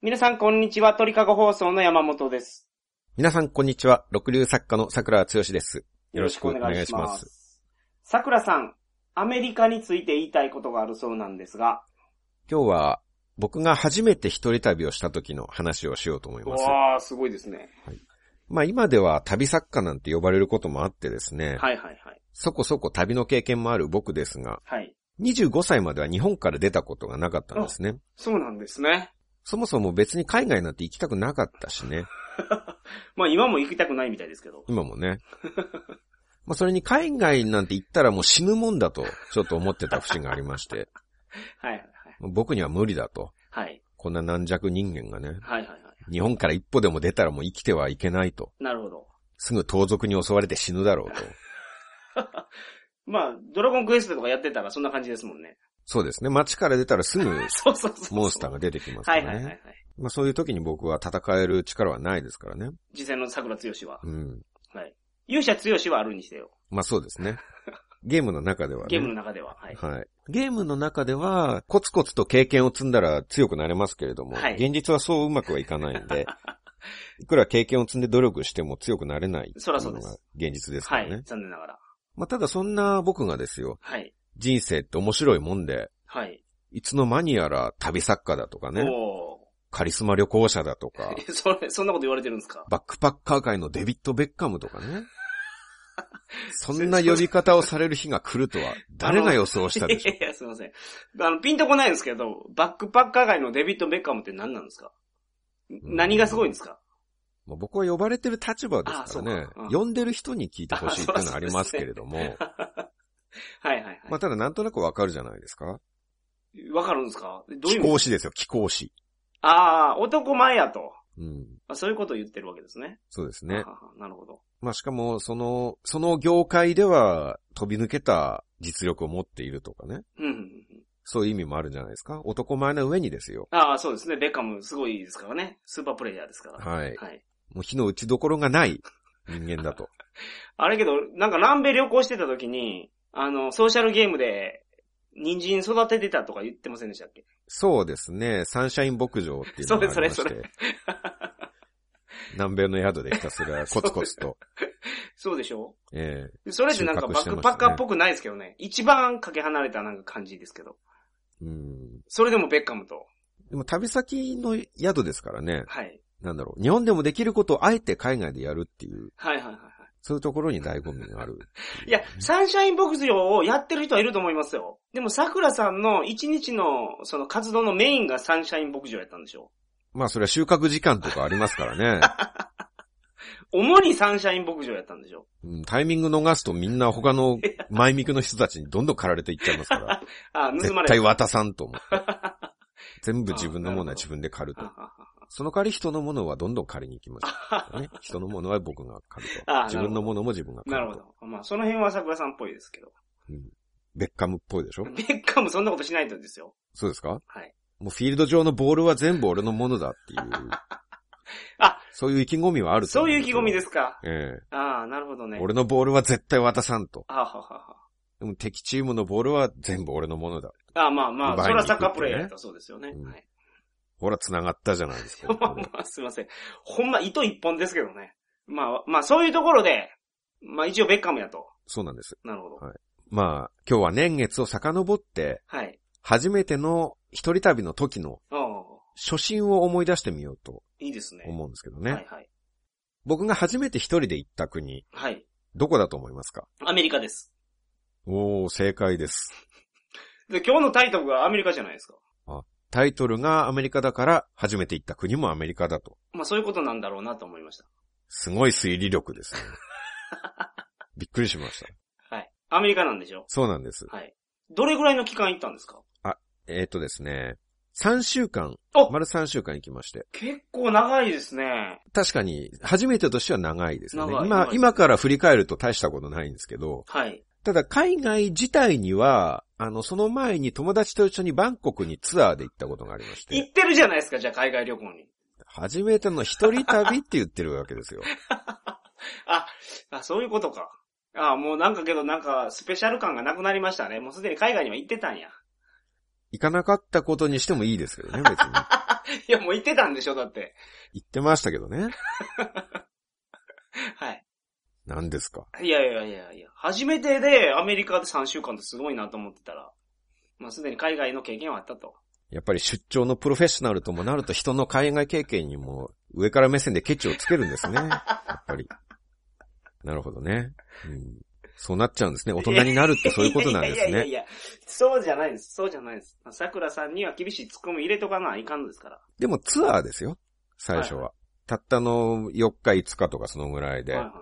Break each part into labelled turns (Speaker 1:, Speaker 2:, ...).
Speaker 1: 皆さんこんにちは、鳥かご放送の山本です。
Speaker 2: 皆さん、こんにちは。六流作家の桜剛です。よろしくお願いします。
Speaker 1: 桜さん、アメリカについて言いたいことがあるそうなんですが。
Speaker 2: 今日は、僕が初めて一人旅をした時の話をしようと思います。
Speaker 1: わー、すごいですね。
Speaker 2: まあ今では旅作家なんて呼ばれることもあってですね、
Speaker 1: はいはいはい。
Speaker 2: そこそこ旅の経験もある僕ですが、
Speaker 1: はい。
Speaker 2: 25歳までは日本から出たことがなかったんですね。
Speaker 1: そうなんですね。
Speaker 2: そもそも別に海外なんて行きたくなかったしね、
Speaker 1: まあ今も行きたくないみたいですけど。
Speaker 2: 今もね。まあそれに海外なんて行ったらもう死ぬもんだと、ちょっと思ってた節がありまして、
Speaker 1: はいはい
Speaker 2: 僕には無理だと。
Speaker 1: はい。はい。
Speaker 2: こんな軟弱人間がね、
Speaker 1: はいはいはい。
Speaker 2: 日本から一歩でも出たらもう生きてはいけないと。
Speaker 1: なるほど。
Speaker 2: すぐ盗賊に襲われて死ぬだろう と。
Speaker 1: まあ、ドラゴンクエストとかやってたらそんな感じですもんね。
Speaker 2: そうですね。街から出たらすぐ
Speaker 1: そうそうそうそう。
Speaker 2: モンスターが出てきますか
Speaker 1: は
Speaker 2: ら
Speaker 1: い
Speaker 2: ね。
Speaker 1: はいはいはい。
Speaker 2: まあそういう時に僕は戦える力はないですからね。
Speaker 1: 実際の桜強しは。
Speaker 2: うん。
Speaker 1: はい。勇者強しはあるにしてよ。
Speaker 2: まあそうですね。ゲームの中ではね。
Speaker 1: ゲームの中では。はい。
Speaker 2: はい。ゲームの中では、コツコツと経験を積んだら強くなれますけれども、
Speaker 1: はい
Speaker 2: 現実はそううまくはいかないん で、いくら経験を積んで努力しても強くなれないってい
Speaker 1: そらそうう
Speaker 2: の
Speaker 1: です
Speaker 2: が現実ですか
Speaker 1: は
Speaker 2: らね。
Speaker 1: い。残念ながら。
Speaker 2: まあただそんな僕がですよ、
Speaker 1: はい。
Speaker 2: 人生って面白いもんで、
Speaker 1: はい。
Speaker 2: いつの間にやら旅作家だとかね、
Speaker 1: おー。
Speaker 2: カリスマ旅行者だ とか、
Speaker 1: えそれ、そんなこと言われてるんですか
Speaker 2: バックパッカー界のデビッド・ベッカムとか ね。そんな呼び方をされる日が来るとは、誰が予想したでしょ
Speaker 1: いやいや、すいません。あの、ピンとこないんですけど、バックパッカー界のデビッド・ベッカムって何なんですか何がすごいんですか
Speaker 2: う。まあ僕は呼ばれてる立場ですから
Speaker 1: あ
Speaker 2: ね
Speaker 1: そうかうん、
Speaker 2: 呼んでる人に聞いてほしいっていうのはありますけれども、
Speaker 1: はいはいはい。
Speaker 2: まあただなんとなくわかるじゃないですか。
Speaker 1: わかるんですかどうい
Speaker 2: 気
Speaker 1: う意
Speaker 2: 候
Speaker 1: 味
Speaker 2: 師ですよ、気候師。
Speaker 1: ああ、男前やと。
Speaker 2: うん。
Speaker 1: あそういうことを言ってるわけですね。
Speaker 2: そうですね
Speaker 1: は。はなるほど。
Speaker 2: まあしかも、その、その業界では飛び抜けた実力を持っているとかね。
Speaker 1: うんうんうん。
Speaker 2: そういう意味もあるんじゃないですか。男前の上にですよ。
Speaker 1: ああ、そうですね。ベッカムすごいですからね。スーパープレイヤーですから。
Speaker 2: はい。
Speaker 1: はい。
Speaker 2: もう火の打ちどころがない人間だと。
Speaker 1: あれけど、なんか南米旅行してた時に、あの、ソーシャルゲームで、人参育ててたとか言ってませんでしたっけ
Speaker 2: そうですね。サンシャイン牧場っていうのがありまして。
Speaker 1: それそれそ
Speaker 2: 南米の宿でひ たすらコツコツと。
Speaker 1: そうでしょ
Speaker 2: ええ
Speaker 1: それってなんかバックパッカーっぽくないですけどね。一番かけ離れたなんか感じですけど。
Speaker 2: うん。
Speaker 1: それでもベッカムと。
Speaker 2: でも旅先の宿ですからね。
Speaker 1: はい。
Speaker 2: なんだろう。日本でもできることをあえて海外でやるっていう、
Speaker 1: はいはいはいは
Speaker 2: そういうところに醍醐味がある。
Speaker 1: い。いや、サンシャイン牧場をやってる人はいると思いますよ。でも桜さんの一日のその活動のメインがサンシャイン牧場やったんでしょ
Speaker 2: まあそれは収穫時間とかありますからね。
Speaker 1: 主にサンシャイン牧場やったんでしょ
Speaker 2: うんタイミング逃すとみんな他の前ミクの人たちにどんどん駆られていっちゃいますから。
Speaker 1: ああ、盗ま
Speaker 2: 絶
Speaker 1: れた
Speaker 2: 対。渡さんと 思って。全部自分のものは自分で狩ると。
Speaker 1: ああ
Speaker 2: その代わり人のものはどんどん借りに行きました、ね。人のものは僕が借りと
Speaker 1: あ。
Speaker 2: 自分のものも自分が
Speaker 1: な
Speaker 2: 借
Speaker 1: る
Speaker 2: り
Speaker 1: ほ
Speaker 2: と。
Speaker 1: ど。まあ、その辺は桜さんっぽいですけど。
Speaker 2: うんベッカムっぽいでしょ
Speaker 1: ベッカムそんなことしないとですよ。
Speaker 2: そうですか
Speaker 1: はい。
Speaker 2: もうフィールド上のボールは全部俺のものだっていう。
Speaker 1: あ
Speaker 2: そういう意気込みはある。
Speaker 1: そういう意気込みですすか。
Speaker 2: え
Speaker 1: ああ、なるほど
Speaker 2: え
Speaker 1: ね。
Speaker 2: 俺のボールは絶対渡さんと。
Speaker 1: ああ、ははは。
Speaker 2: でも敵チームのボールは全部俺のものだ。
Speaker 1: あまあまあ、
Speaker 2: 奪
Speaker 1: そ
Speaker 2: い
Speaker 1: れは
Speaker 2: に行くってね
Speaker 1: サッカープレイヤーやったらそうですよね。
Speaker 2: うん
Speaker 1: はい、
Speaker 2: ほら、繋がったじゃないですか。
Speaker 1: ま あまあ、すいません。ほんま、糸一本ですけどね。まあ、まあ、そういうところで、まあ一応ベッカムやと。
Speaker 2: そうなんです。
Speaker 1: なるほど。
Speaker 2: はいまあ、今日は年月を遡って、
Speaker 1: はい。
Speaker 2: 初めての一人旅の時の
Speaker 1: ああ、
Speaker 2: 初心を思い出してみようと
Speaker 1: いいですね。
Speaker 2: 思うんですけどね。
Speaker 1: はいはい。
Speaker 2: 僕が初めて一人で行った国、
Speaker 1: はい。
Speaker 2: どこだと思いますか
Speaker 1: アメリカです。
Speaker 2: おー、正解です。
Speaker 1: で、今日のタイトルがアメリカじゃないですか。
Speaker 2: タイトルがアメリカだから、初めて行った国もアメリカだと。
Speaker 1: まあそういうことなんだろうなと思いまし
Speaker 2: すごい推理力ですね。 びっくりしました。
Speaker 1: た。はい。アメリカなんでしょ
Speaker 2: そうなんです。
Speaker 1: はい。どれぐらいの期間行ったんですか
Speaker 2: えっ、とですね、3週間
Speaker 1: お、
Speaker 2: 丸3週間行きまして。
Speaker 1: 結構長いですね。
Speaker 2: 確かに、初めてとしては長いですよね
Speaker 1: 長。い長い
Speaker 2: 今、今から振り返ると大したことないんですけど、
Speaker 1: はい。
Speaker 2: ただ海外自体には、あの、その前に友達と一緒にバンコクにツアーで行ったことがありまし
Speaker 1: 行
Speaker 2: て、
Speaker 1: ってるじゃないですか、じゃあ海外旅行に。
Speaker 2: 初めての一人旅って言ってるわけですよ。
Speaker 1: あ、あ、そういうことか。あ、もうなんかけどなんかスペシャル感がなくなりましたね。もうすでに海外には行ってたんや。
Speaker 2: 行かなかったことにしてもいいですけどね、別に。
Speaker 1: いや、もう行ってたんでしょ、だって。
Speaker 2: 言ってましたけどね。
Speaker 1: はい。
Speaker 2: 何ですか
Speaker 1: いやいやいやいや、初めてでアメリカで3週間ってすごいなと思ってたら、まあすでに海外の経験はあったと。
Speaker 2: やっぱり出張のプロフェッショナルともなると人の海外経験にも上から目線でケチをつけるんですね。やっぱり。なるほどね。うん、そうなっちゃうんですね。大人になるってそういうことなんです
Speaker 1: いやいやいやい
Speaker 2: ね。
Speaker 1: や、そうじゃないです。そうじゃないです。桜さんには厳しいツッコミ入れとかないかんですから。
Speaker 2: でもツアーですよ。最初
Speaker 1: はい
Speaker 2: は。たったの4日5日とかそのぐらいで
Speaker 1: はい。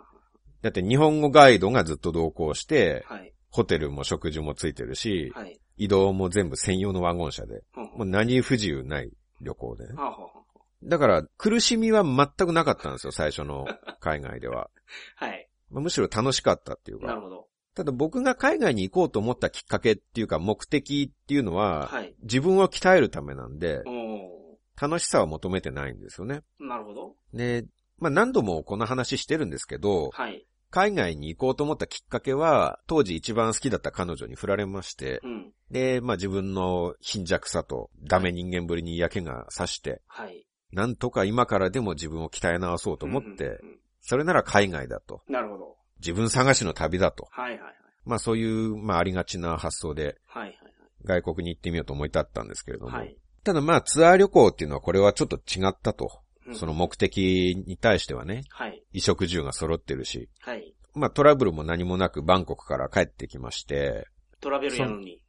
Speaker 2: だって日本語ガイドがずっと同行して、
Speaker 1: はい
Speaker 2: ホテルも食事もついてるし、
Speaker 1: はい。はい。
Speaker 2: 移動も全部専用のワゴン車で。
Speaker 1: ほんほ
Speaker 2: もうん何不自由ない旅行でね。
Speaker 1: はあほんほん
Speaker 2: だから苦しみは全くなかったんですよ、最初の海外では。
Speaker 1: はい。
Speaker 2: まあむしろ楽しかったっていう
Speaker 1: なる
Speaker 2: か。
Speaker 1: ほど。
Speaker 2: ただ僕が海外に行こうと思ったきっかけっていうか目的っていうのは、
Speaker 1: はい。
Speaker 2: 自分を鍛えるためなんで、
Speaker 1: お
Speaker 2: 楽しさは求めてないんですよね。
Speaker 1: ーなるほど。
Speaker 2: で、まあ何度もこの話してるんですけど、
Speaker 1: はい。
Speaker 2: 海外に行こうと思ったきっかけは、当時一番好きだった彼女に振られまして
Speaker 1: う、ん。
Speaker 2: で、まあ自分の貧弱さとダメ人間ぶりに嫌気がさして、
Speaker 1: はい。
Speaker 2: なんとか今からでも自分を鍛え直そうと思っ
Speaker 1: うん
Speaker 2: て
Speaker 1: う、んうん
Speaker 2: それなら海外だと。
Speaker 1: なるほど。
Speaker 2: 自分探しの旅だと。
Speaker 1: はいはいはい。
Speaker 2: まあそういう、まあありがちな発想で
Speaker 1: はいはい
Speaker 2: 外国に行ってみようと思い立ったんですけれども。
Speaker 1: はい。はい。
Speaker 2: ただまあツアー旅行っていうのはこれはちょっと違ったと。
Speaker 1: うん
Speaker 2: その目的に対してはね、
Speaker 1: はい。
Speaker 2: 衣食住が揃ってるし、
Speaker 1: はい。
Speaker 2: まあトラブルも何もなくバンコクから帰ってきまして、
Speaker 1: トラベルやのに、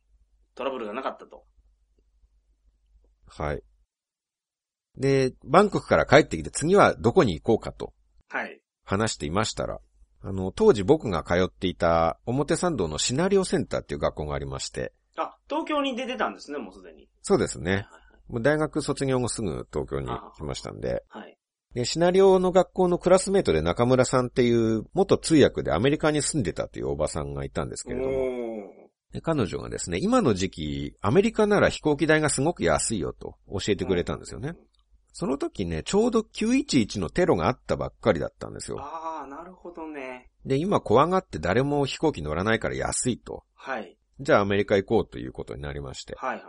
Speaker 1: トラブルがなかったと。
Speaker 2: はい。で、バンコクから帰ってきて次はどこに行こうかと
Speaker 1: はい。
Speaker 2: 話していましたら、あの、当時僕が通っていた表参道のシナリオセンターっていう学校がありまして、
Speaker 1: あ、東京に出てたんですね、もうすでに。
Speaker 2: そうです
Speaker 1: はい
Speaker 2: ね。もう大学卒業後すぐ東京に来ましたんで、
Speaker 1: はいはい。
Speaker 2: で、シナリオの学校のクラスメートで中村さんっていう元通訳でアメリカに住んでたっていうおばさんがいたんですけれども、
Speaker 1: お
Speaker 2: で彼女がですね、今の時期、アメリカなら飛行機代がすごく安いよと教えてくれたんですよね。。その時ね、ちょうど911のテロがあったばっかりだったんですよ。
Speaker 1: ああ、なるほどね。
Speaker 2: で、今怖がって誰も飛行機乗らないから安いと。
Speaker 1: はい。
Speaker 2: じゃあアメリカ行こうということになりまして。
Speaker 1: はいはい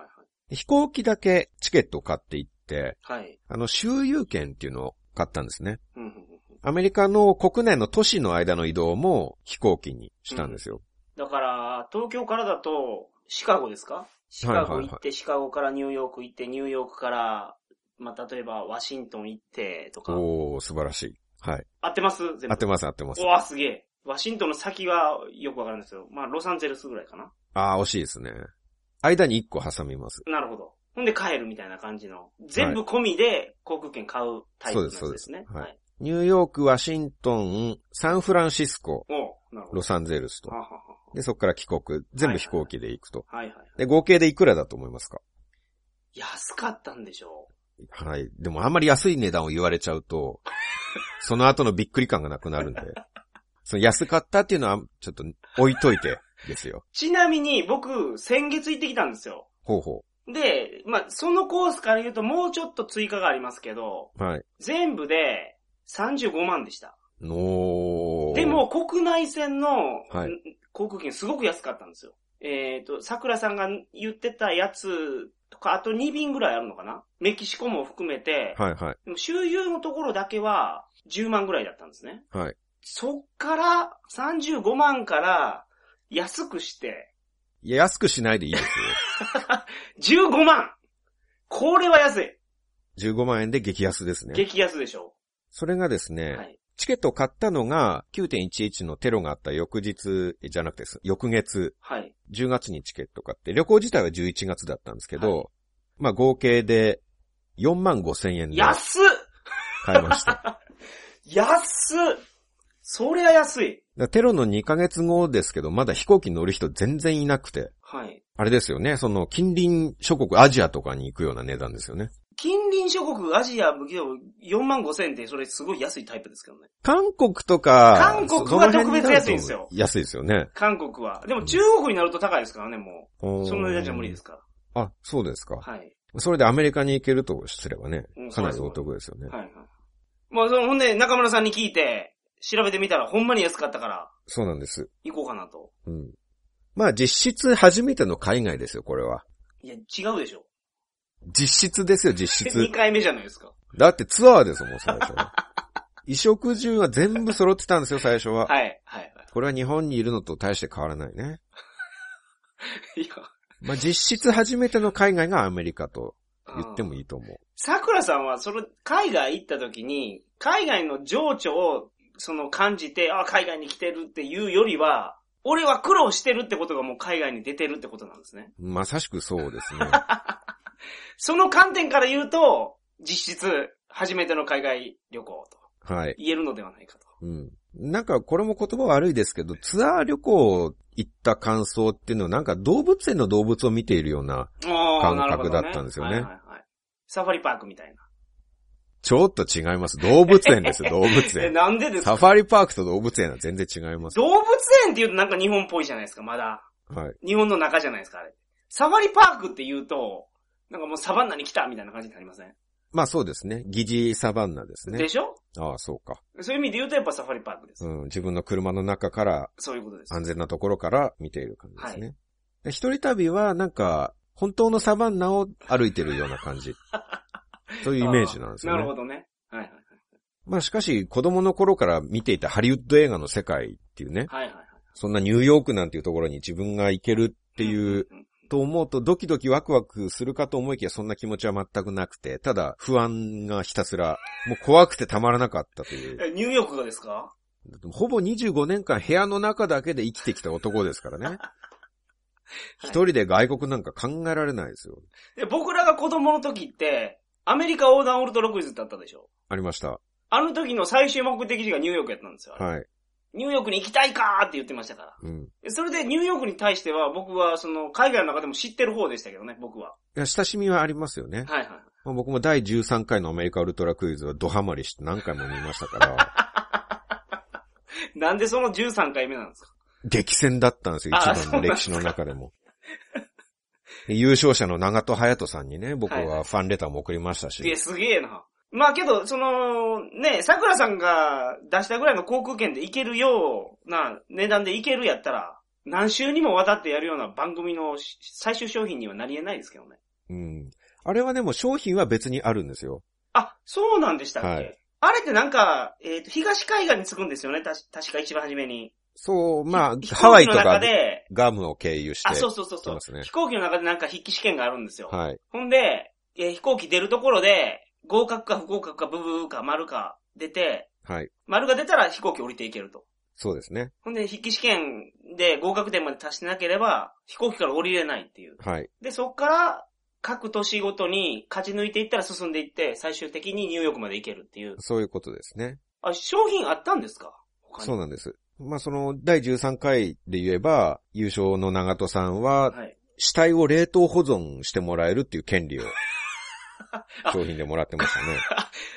Speaker 2: で飛行機だけチケットを買っていって、
Speaker 1: はい。はい。
Speaker 2: あの、周遊券っていうのを買ったんですね。
Speaker 1: うんうんうん
Speaker 2: アメリカの国内の都市の間の移動も飛行機にしたんですよ。
Speaker 1: だから、東京からだと、シカゴですかシカゴ行って、シカゴからニューヨーク行って、ニューヨークから、まあ、例えばワシントン行ってとか。
Speaker 2: おー、素晴らしい。はい。
Speaker 1: 合ってます全部。
Speaker 2: 合ってます、合ってます
Speaker 1: う。わあ、すげえ。ワシントンの先はよくわからないですよ。まあ、ロサンゼルスぐらいかな。
Speaker 2: あー、惜しいですね。間に1個挟みます。
Speaker 1: なるほど。ほんで帰るみたいな感じの。全部込みで航空券買うタイプのや
Speaker 2: そ
Speaker 1: つ
Speaker 2: う
Speaker 1: で
Speaker 2: ですす
Speaker 1: ね。
Speaker 2: そうですはい。ニューヨーク、ワシントン、サンフランシスコ、
Speaker 1: おうなるほど。
Speaker 2: ロサンゼルスと
Speaker 1: は。はは
Speaker 2: で、そこから帰国。全部飛行機で行くと。
Speaker 1: ははいはい。
Speaker 2: で、合計でいくらだと思いますか
Speaker 1: 安かったんでしょ
Speaker 2: はい。でもあんまり安い値段を言われちゃう と、その後のびっくり感がなくなるんで。その安かったっていうのは、ちょっと置いといてですよ
Speaker 1: う。。ちなみに僕、先月行ってきたんですよ。
Speaker 2: ほうほ
Speaker 1: で、まあ、そのコースから言うともうちょっと追加がありますけど、
Speaker 2: う。はい。
Speaker 1: 全部で35万でした。
Speaker 2: のー
Speaker 1: で、も、国内線の
Speaker 2: はい
Speaker 1: ん航空券すごく安かったんですよ。えっ、と、桜さんが言ってたやつとか、あと2便ぐらいあるのかなメキシコも含めて、
Speaker 2: はいはい。
Speaker 1: でも周遊のところだけは10万ぐらいだったんですね。
Speaker 2: はい。
Speaker 1: そっから35万から安くして
Speaker 2: いや、安くしないでいいです
Speaker 1: 15万これは安い
Speaker 2: よ。15万円で激安ですね。
Speaker 1: 激安でしょ
Speaker 2: それがですね、
Speaker 1: はい。
Speaker 2: チケットを買ったのが9.11のテロがあった翌日じゃなくてです、翌月、
Speaker 1: はい。
Speaker 2: 10月にチケット買って、旅行自体は11月だったんですけど、
Speaker 1: は
Speaker 2: まあ合計で4万5千円で
Speaker 1: 安っ
Speaker 2: 買いま した。だか
Speaker 1: 安っそりゃ安い
Speaker 2: らテロの2ヶ月後ですけど、まだ飛行機乗る人全然いなくて、
Speaker 1: はい。
Speaker 2: あれですよね、その近隣諸国、アジアとかに行くような値段ですよね。
Speaker 1: 近隣諸国、アジア、武器を4万5千円って、それすごい安いタイプですけどね。
Speaker 2: 韓国とか、
Speaker 1: 韓国は
Speaker 2: その辺になると
Speaker 1: 特別安いんですよ
Speaker 2: 安いですよね。。
Speaker 1: 韓国は。でも中国になると高いですからね、もう。その値段じゃ無理ですすか。。
Speaker 2: あ、そうですから
Speaker 1: はい。
Speaker 2: それでアメリカに行けるとすればね
Speaker 1: うん、
Speaker 2: かなりお得ですよね。
Speaker 1: はいはい。まあ、その、ほんで、中村さんに聞いて、調べてみたら、ほんまに安かったから、
Speaker 2: そうなんです。
Speaker 1: 行こうかなと。
Speaker 2: うん。まあ実質初めての海外ですよ、これは。
Speaker 1: いや、違うでしょ。
Speaker 2: 実質ですよ、実 質
Speaker 1: 2 。回目じゃないですか。
Speaker 2: だってツアーですもん、最初。衣食住は全部揃ってたんですよ、最初は。
Speaker 1: はい、はい、は
Speaker 2: これは日本にいるのと大して変わらないね。
Speaker 1: い。いや、
Speaker 2: まあ、実質初めての海外がアメリカと 言っても
Speaker 1: い。
Speaker 2: いいと思う。
Speaker 1: 桜さんは、その、海外行った時に、海外の情緒を、その、感じて、あ、海外に来てるっていうよりは、俺は苦労してるってことがもう海外に出てるってことなんですね。
Speaker 2: まさしくそうですね。
Speaker 1: その観点から言うと、実質、初めての海外旅行と
Speaker 2: はい。
Speaker 1: 言えるのではないかと。
Speaker 2: うん。なんかこれも言葉悪いですけど、ツアー旅行行った感想っていうのはなんか動物園の動物を見ているような、
Speaker 1: 感
Speaker 2: 感覚だったんですよね
Speaker 1: はいはいはい、サファリパークみたいな。
Speaker 2: ちょっと違います。動物園ですよ、動 物
Speaker 1: え、
Speaker 2: 園。
Speaker 1: なんでですか
Speaker 2: サファリパークと動物園は全然違います。
Speaker 1: 動物園って言うとなんか日本っぽいじゃないですか、まだ。
Speaker 2: はい。
Speaker 1: 日本の中じゃないですか、あれ。サファリパークって言うと、なんかもうサバンナに来たみたいな感じになりません、
Speaker 2: まあそうですね。疑似サバンナですね
Speaker 1: で。しょ
Speaker 2: ああ、そうか。
Speaker 1: そういう意味で言うとやっぱサファリパークです。
Speaker 2: うん。自分の車の中から
Speaker 1: そういうことです。
Speaker 2: 安全なところから見ている感じですね。で一人旅はなんか、本当のサバンナを歩いてるような感 じ。そういうイメージなんですよ
Speaker 1: あーな
Speaker 2: ね
Speaker 1: る。ほどね。はいはい
Speaker 2: まあしかし、子供の頃から見ていたハリウッド映画の世界っていうね、
Speaker 1: はい。はいはいはい。っ
Speaker 2: そんなニューヨークなんていうところに自分が行けるって
Speaker 1: て
Speaker 2: いう、と思うとドキドキワクワクするかと思いきやそんな気持ちは全くなくて、ただ不安がひたすら、もう怖くてたまらなかったという。
Speaker 1: え、ニューヨークがですか
Speaker 2: ほぼ25年間部屋の中だけで生きてきた男ですから ね。一人で外国なんか考えられないですよ。
Speaker 1: で僕らが子供の時って、アメリカ横断オルトロクイズってあったでしょ
Speaker 2: ありました。
Speaker 1: あの時の最終目的地がニューヨークやったんですよ。あれ
Speaker 2: はい。
Speaker 1: ニューヨークに行きたいかーって言ってましたから。
Speaker 2: うん。い
Speaker 1: それでニューヨークに対しては僕はその海外の中でも知ってる方でしたけどね、僕は。
Speaker 2: や、親しみはありますよね。
Speaker 1: はいはい。
Speaker 2: まあ僕も第13回のアメリカウルトラクイズはドハマりして何回も見ましたから、
Speaker 1: なんでその13回目なんですか
Speaker 2: 激戦だったんですよ、
Speaker 1: あ
Speaker 2: 一番の歴史の中でも。で優勝者の長戸隼人さんにね、僕はファンレターも送りましたし、
Speaker 1: いや、すげえな。まあけど、その、ね、桜さんが出したぐらいの航空券で行けるような値段で行けるやったら、何週にもわたってやるような番組のし最終商品にはなり得ないですけどね。
Speaker 2: うん。あれはでも商品は別にあるんですよ。
Speaker 1: あ、そうなんでしたっけ、
Speaker 2: はい
Speaker 1: あれってなんか、えっ、と、東海岸に着くんですよね、たし確か一番初めに。
Speaker 2: そう、ま
Speaker 1: ひ
Speaker 2: あ、ハワイと
Speaker 1: 飛行機の中
Speaker 2: か
Speaker 1: で、
Speaker 2: ガムを経由して
Speaker 1: あ、そうそうそうそ
Speaker 2: 来
Speaker 1: う
Speaker 2: ま、すね
Speaker 1: 飛行機の中でなんか筆記試験があるんですよ。
Speaker 2: はい。
Speaker 1: ほんで、えー飛行機出るところで、合格か不合格かブブーか丸か出て、
Speaker 2: はい。
Speaker 1: 丸が出たら飛行機降りていけると。
Speaker 2: そうですね。
Speaker 1: ほんで、筆記試験で合格点まで達してなければ、飛行機から降りれないっていう。
Speaker 2: はい。
Speaker 1: で、そっから、各年ごとに勝ち抜いていったら進んでいって、最終的にニューヨークまで行けるっていう。
Speaker 2: そういうことですね。
Speaker 1: あ、商品あったんですか他に
Speaker 2: そうなんです。まあ、その、第13回で言えば、優勝の長戸さんは、
Speaker 1: はい。
Speaker 2: 死体を冷凍保存してもらえるっていう権利を
Speaker 1: あ、
Speaker 2: 商品でもらってましたね。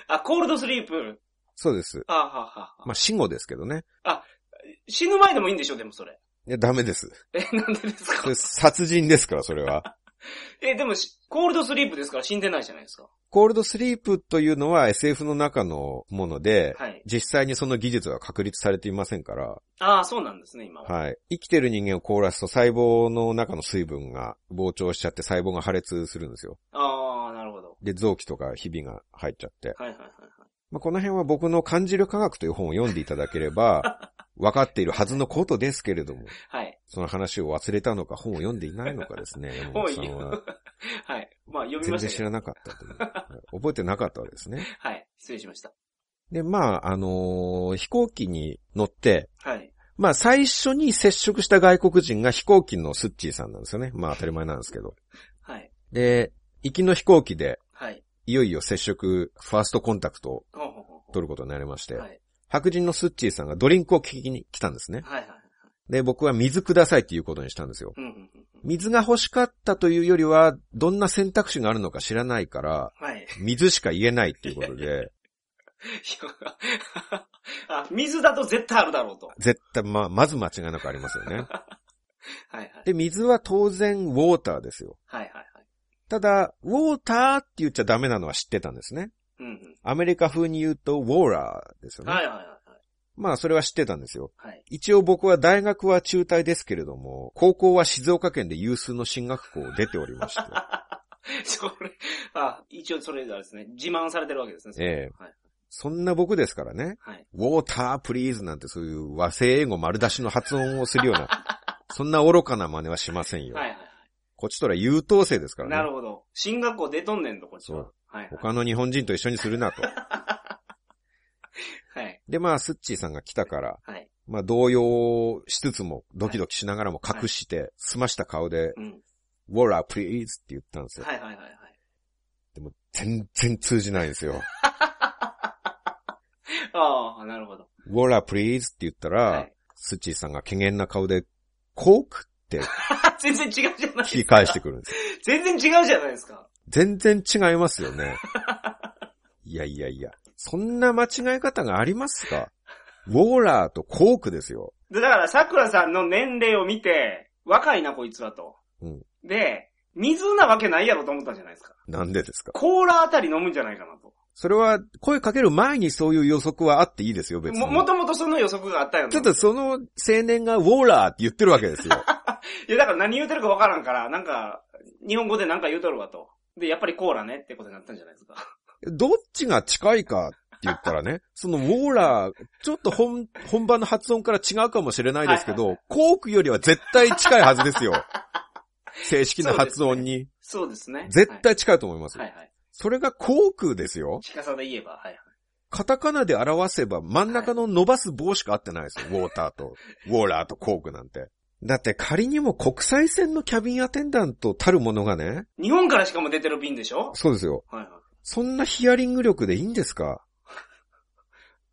Speaker 1: あ、コールドスリープ。
Speaker 2: そうです。
Speaker 1: あははは。
Speaker 2: まあ、死後ですけどね。
Speaker 1: 死ぬ前でもいいんでしょ、でもそれ。
Speaker 2: いや、ダメです。
Speaker 1: え、なんでです
Speaker 2: そ
Speaker 1: か
Speaker 2: れ殺人ですから、そ れは。
Speaker 1: え、でもし、コールドスリープですから死んでないじゃないですか。
Speaker 2: コールドスリープというのは SF の中のもので、
Speaker 1: はい。
Speaker 2: 実際にその技術は確立されていませんから、
Speaker 1: ああ、そうなんですね、今は。
Speaker 2: はい。生きてる人間を凍らすと細胞の中の水分が膨張しちゃって細胞が破裂するんですよ。
Speaker 1: ああ、なるほど。
Speaker 2: で、臓器とかひびが入っちゃって。
Speaker 1: はいはいはいはい。
Speaker 2: まあ、この辺は僕の感じる科学という本を読んでいただけ れば、分かっているはずのことですけれども、
Speaker 1: はい。
Speaker 2: その話を忘れたのか本を読んでいないのかですね、山
Speaker 1: 本
Speaker 2: 本
Speaker 1: い
Speaker 2: さんは。
Speaker 1: はい。まあ、読み
Speaker 2: 全
Speaker 1: まし
Speaker 2: 然
Speaker 1: た
Speaker 2: 知
Speaker 1: けど。
Speaker 2: らなかったという。 はい覚えてなかったわけですね。
Speaker 1: はい。失礼しました。
Speaker 2: で、まあ、あのー飛行機に乗って、
Speaker 1: はい。
Speaker 2: まあ、最初に接触した外国人が飛行機のスッチーさんなんですよね。まあ、当たり前なんですけど。
Speaker 1: はい。
Speaker 2: で、行きの飛行機で、
Speaker 1: はい。
Speaker 2: いよいよ接触、ファーストコンタクトを
Speaker 1: ほうほうほうほう
Speaker 2: 取ることになりまして、
Speaker 1: はい。
Speaker 2: 白人のスッチーさんがドリンクを聞きに来たんですね。
Speaker 1: はいはいはい。
Speaker 2: で、僕は水くださいっていうことにしたんですよ。
Speaker 1: うんうんうんうん。
Speaker 2: 水が欲しかったというよりは、どんな選択肢があるのか知らないから、
Speaker 1: はい。い
Speaker 2: 水しか言えないっていうことで、
Speaker 1: や あ、水だと絶対あるだろうと。
Speaker 2: 絶対、まあ、まず間違いなくありますよね。
Speaker 1: はいはい。
Speaker 2: で、水は当然ウォーターですよ。
Speaker 1: はいはいはい。
Speaker 2: ただ、ウォーターって言っちゃダメなのは知ってたんですね。
Speaker 1: うんうん。
Speaker 2: アメリカ風に言うと、ウォーラーですよね。
Speaker 1: はいはいはいはい。
Speaker 2: まあ、それは知ってたんですよ。
Speaker 1: はい。
Speaker 2: 一応僕は大学 は中退ですけれども、高校は静岡県で有数の進学校を出ておりまして、
Speaker 1: それ、あ、一応それがですね、自慢されてるわけですね。それ
Speaker 2: ええ
Speaker 1: はい。
Speaker 2: そんな僕ですからね、
Speaker 1: はい。
Speaker 2: ウォータープリーズなんてそういう和製英語丸出しの発音をするよう な、そんな愚かな真似はしませんよ。
Speaker 1: はいはいは
Speaker 2: こっちとら優等生ですか
Speaker 1: い。
Speaker 2: らね。
Speaker 1: なるほど。進学校出とんねんと、こっち
Speaker 2: そ
Speaker 1: は。はい
Speaker 2: 他の日本人と一緒にするなと。
Speaker 1: はい。はい。
Speaker 2: で、まあ、スッチーさんが来たから、
Speaker 1: はい。
Speaker 2: まあ、動揺しつつも、ドキドキしながらも隠して、澄ました顔で、
Speaker 1: うん。
Speaker 2: ウォーラープリーズって言ったんですよ。
Speaker 1: はいはいはいはい。
Speaker 2: でも、全然通じないんですよ。
Speaker 1: ああ、なるほど。
Speaker 2: ウォーラープリーズって言ったら、
Speaker 1: はい。
Speaker 2: スッチーさんが怪げな顔で、コークって
Speaker 1: 全然違うじゃないですか。
Speaker 2: 聞き返してくるんです よ。
Speaker 1: 全然違うじゃないですか。
Speaker 2: 全然違いますよね。いやいやいや。そんな間違え方がありますかウォーラーとコークですよ。
Speaker 1: でだから、桜さんの年齢を見て、若いな、こいつはと。
Speaker 2: うん
Speaker 1: で、水なわけないやろと思ったんじゃないですか。
Speaker 2: なんでですか
Speaker 1: コーラあたり飲むんじゃないかなと。
Speaker 2: それは、声かける前にそういう予測はあっていいですよ、別に。
Speaker 1: も、もともとその予測があったよね。
Speaker 2: ただその青年がウォーラーって言ってるわけで すよ。
Speaker 1: いや、だから何言うてるかわからんから、なんか、日本語でなんか言うとるわと。で、やっぱりコーラねってことになったんじゃないですか。
Speaker 2: どっちが近いかって言ったらね、そのウォーラー、ちょっと本、本番の発音から違うかもしれないですけ
Speaker 1: はい
Speaker 2: ど、コークよりは絶対近いはずですよ。 正式な発音に。
Speaker 1: そうですね。
Speaker 2: 絶対近いと思います。
Speaker 1: はい、はいはい。
Speaker 2: それがコークですよ。
Speaker 1: 近さで言えば、はいはい。
Speaker 2: カタカナで表せば真ん中の伸ばす棒しか合ってないですよ。ウォーターと、ウォーラーとコークなんて。だって仮にも国際線のキャビンアテンダントたるものがね、
Speaker 1: 日本からしかも出てる瓶でしょ
Speaker 2: そうですよ。
Speaker 1: はいはい。
Speaker 2: そんなヒアリング力でいいんですか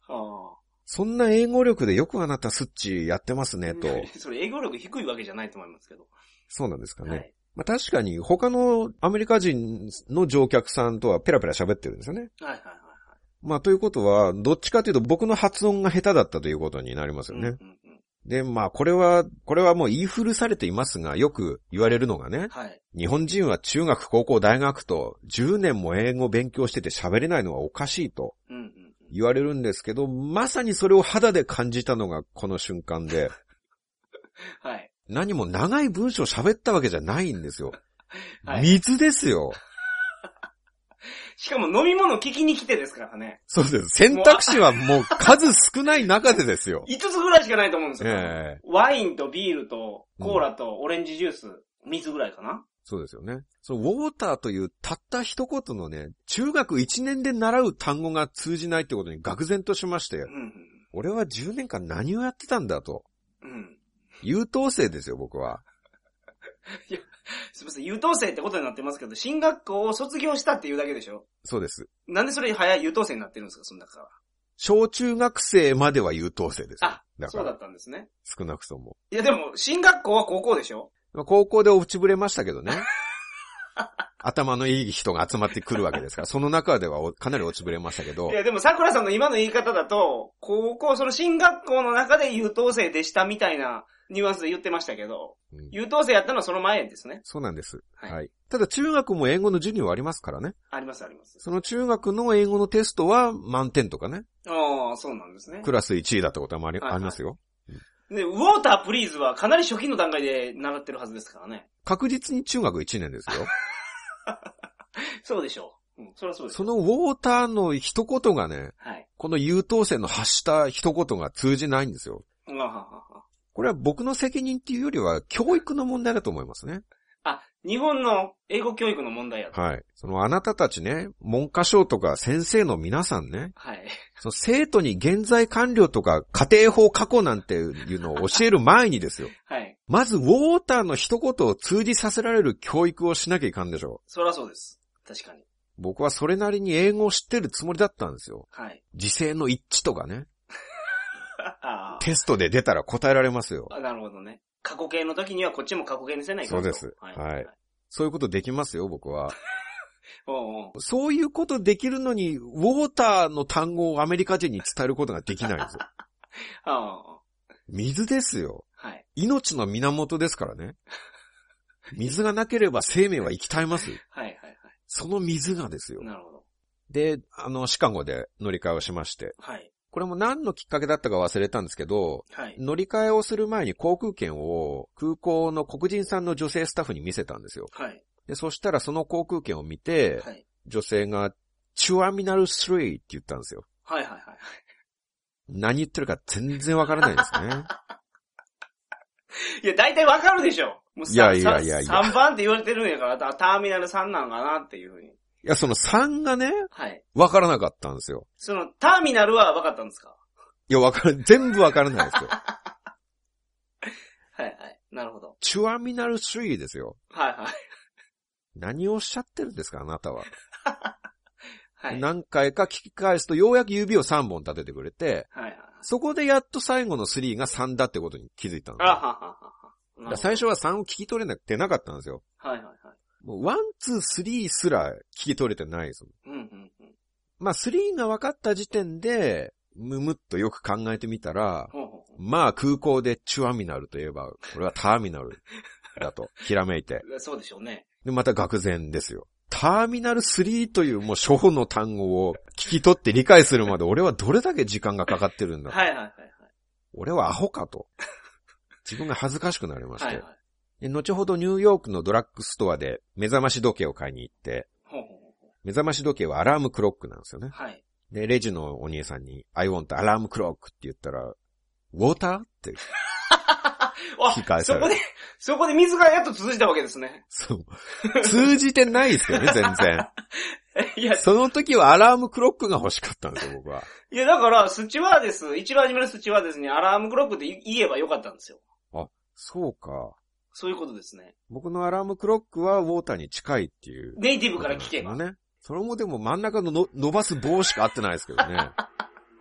Speaker 1: あ
Speaker 2: そんな英語力でよくあなたスッチやってます
Speaker 1: あ。
Speaker 2: ね、と。
Speaker 1: それ英語力低いわけじゃないと思いますけど。
Speaker 2: そうなんですかね。
Speaker 1: はい。
Speaker 2: まあ確かに他のアメリカ人の乗客さんとはペラペラ喋ってるんですよね。
Speaker 1: はいはいはい
Speaker 2: まあということは、どっちかというと僕の発音が下手だったということになります
Speaker 1: はい。
Speaker 2: よね。
Speaker 1: うんうんうん
Speaker 2: で、まあこれは、これはもう言い古されていますが、よく言われるのがね、
Speaker 1: はい。
Speaker 2: 日本人は中学、高校、大学と10年も英語を勉強してて喋れないのはおかしいと。
Speaker 1: うんうんうん。
Speaker 2: 言われるんですけど、まさにそれを肌で感じたのがこの瞬間 で、
Speaker 1: はい。
Speaker 2: 何も長い文章喋ったわけじゃないんですよ。
Speaker 1: はい
Speaker 2: 水ですよ。
Speaker 1: しかも飲み物聞きに来てですからね。。
Speaker 2: そうです。選択肢はもう数少ない中でですよ
Speaker 1: 5つぐらいしか ないと思うんですよ。
Speaker 2: ええ
Speaker 1: ワインとビールとコーラとオレンジジュース、水ぐらいかな。
Speaker 2: そうですよね。そのウォーターというたった一言のね、中学1年で習う単語が通じないってことに愕然としまして
Speaker 1: う、ん
Speaker 2: 俺は10年間何をやってたんだと。
Speaker 1: うん。うん。
Speaker 2: 優等生ですよ、僕は。
Speaker 1: すみません、優等生ってことになってますけど、進学校を卒業したっていうだけでしょ
Speaker 2: そうです。
Speaker 1: なんでそれ早い優等生になってるんですか、そんだか
Speaker 2: 小中学生までは優等生ですよ。
Speaker 1: あら。
Speaker 2: だか
Speaker 1: そうだ
Speaker 2: ら、
Speaker 1: ったんですね。
Speaker 2: 少なくとも。
Speaker 1: いやでも、進学校は高校でしょ
Speaker 2: まあ、高校で落ちぶれましたけどね。 頭のいい人が集まってくるわけですから、その中ではおかなり落ちぶれましたけど
Speaker 1: い、やでも桜さんの今の言い方だと、高校、その進学校の中で優等生でしたみたいなニュアンスで言ってましたけど、
Speaker 2: うん
Speaker 1: 優等生やったのはその前ですね。
Speaker 2: そうなんです。
Speaker 1: は
Speaker 2: はいい。ただ中学も英語の授業はありますからね。
Speaker 1: ありますあります。
Speaker 2: その中学の英語のテストは満点とかね、
Speaker 1: ああ、そうなんですね
Speaker 2: ク。ラス1位だってこともあり,、
Speaker 1: はいはい
Speaker 2: ありますよ。
Speaker 1: で、ウォータープリーズはかなり初期の段階で習ってるはずですからね。
Speaker 2: 確実に中学1年ですよ。
Speaker 1: そうでしょう。うん、そりゃそうです。
Speaker 2: そのウォーターの一言がね、
Speaker 1: はい。
Speaker 2: この優等生の発した一言が通じないんですよ。
Speaker 1: うんはんはんはん
Speaker 2: これは僕の責任っていうよりは教育の問題だと思いますね。
Speaker 1: あ、日本の英語教育の問題やと。
Speaker 2: はい。そのあなたたちね、文科省とか先生の皆さんね、
Speaker 1: はい。
Speaker 2: その生徒に現在完了とか家庭法過去なんていうのを教える前にですよ。
Speaker 1: はい。
Speaker 2: まずウォーターの一言を通じさせられる教育をしなきゃいかんでしょ
Speaker 1: そりゃそうです。確かに。
Speaker 2: う。僕はそれなりに英語を知ってるつもりだったんですよ。
Speaker 1: はい。
Speaker 2: 時制の一致とかね。
Speaker 1: あ
Speaker 2: テストで出たら答えられますよ
Speaker 1: あ。。なるほどね。過去形の時にはこっちも過去形にせないからと
Speaker 2: そうです
Speaker 1: はい。
Speaker 2: はいそういうことできますよ、僕は。
Speaker 1: おうおう
Speaker 2: そういうことできるのに、ウォーターの単語をアメリカ人に伝えることができないんですよ。
Speaker 1: ああ。
Speaker 2: 水ですよ。
Speaker 1: はい。
Speaker 2: 命の源ですか らね。水がなければ生命は生き絶えます。
Speaker 1: はいはいは
Speaker 2: その水がですよ
Speaker 1: い。。なるほど。
Speaker 2: で、あの、シカゴで乗り換えをしまして。
Speaker 1: はい。
Speaker 2: これも何のきっかけだったか忘れたんですけど、
Speaker 1: はい。
Speaker 2: 乗り換えをする前に航空券を空港の黒人さんの女性スタッフに見せたんですよ。
Speaker 1: はい。
Speaker 2: で、そしたらその航空券を見て、
Speaker 1: はい。
Speaker 2: 女性が、チュアミナル3って言ったんですよ。
Speaker 1: はいはいはい。
Speaker 2: 何言ってるか全然わからないです ね。
Speaker 1: いや、大体わかるでしょ。もうさ
Speaker 2: いやいやいやいや
Speaker 1: さ3番って言われてるんやから、タターミナル3なんかなっていうふうに。
Speaker 2: いや、その3がね、
Speaker 1: はい。
Speaker 2: わからなかったんですよ。
Speaker 1: その、ターミナルは分かったんですか
Speaker 2: いや、わかる、全部わからないですよ。
Speaker 1: はいはい。なるほど。
Speaker 2: チュアミナル3ですよ。
Speaker 1: はいはい。
Speaker 2: 何をおっしゃってるんですか、あなたは。
Speaker 1: はい。はい
Speaker 2: 何回か聞き返すと、ようやく指を3本立ててくれて、
Speaker 1: はい。
Speaker 2: そこでやっと最後の3が3だってことに気づいたの。
Speaker 1: あははははは。
Speaker 2: 最初は3を聞き取れなくてなかったんですよ。
Speaker 1: はいはいはい。
Speaker 2: もう1、2、3すら聞き取れてないですも
Speaker 1: う
Speaker 2: ん。
Speaker 1: んうんうん。
Speaker 2: まあ3が分かった時点で、むむっとよく考えてみたら、
Speaker 1: ほうほうほ
Speaker 2: まあ空港でチュアミナルといえば、これはターミナルだと、ひらめいて。
Speaker 1: う。そうでしょうね。
Speaker 2: で、また愕然ですよ。ターミナル3というもう初歩の単語を聞き取って理解するまで俺はどれだけ時間がかかってるんだ。
Speaker 1: はいはいはいはい。
Speaker 2: 俺はアホかと。自分が恥ずかしくなりまして。
Speaker 1: はいはい。
Speaker 2: で後ほどニューヨークのドラッグストアで目覚まし時計を買いに行って、
Speaker 1: ほうほうほうほう。
Speaker 2: 目覚まし時計はアラームクロックなんですよね。
Speaker 1: はい。
Speaker 2: で、レジのお兄さんに、I want アラームクロックって言ったら、ウォーターって、聞き返
Speaker 1: あ、
Speaker 2: さ
Speaker 1: そ
Speaker 2: れる
Speaker 1: こで、そこで水がやっと続いたわけですね。
Speaker 2: そう。通じてないですよね、全然。
Speaker 1: いや、
Speaker 2: その時はアラームクロックが欲しかったんですよ、僕は。
Speaker 1: いやだから、スチュワーデス、一番初めのスチュワーデスにアラームクロックって言えばよかったんですよ。
Speaker 2: そうか。
Speaker 1: そういうことですね。
Speaker 2: 僕のアラームクロックはウォーターに近いっていう。
Speaker 1: ネイティブから聞けば。
Speaker 2: ね。それもでも真ん中のの伸ばす棒しか合ってないですけどね。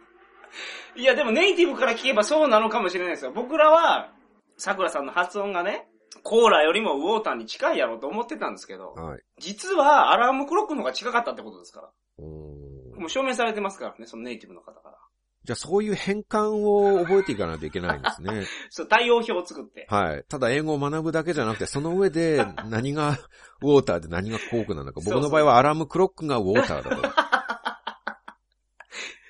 Speaker 1: いや、でもネイティブから聞けばそうなのかもしれないですよ。僕らは、桜さんの発音がね、コーラよりもウォーターに近いやろうと思ってたんですけど、
Speaker 2: はい。
Speaker 1: 実はアラームクロックの方が近かったってことですか
Speaker 2: うー
Speaker 1: ら。
Speaker 2: ん
Speaker 1: もう証明されてますからね、そのネイティブの方から。
Speaker 2: じゃあそういう変換を覚えていかないといけないんで すね。
Speaker 1: そう、対応表を作って。
Speaker 2: はい。ただ英語を学ぶだけじゃなくて、その上で何がウォーターで何がコークなのか。僕の場合はアラームクロックがウォーターだ と。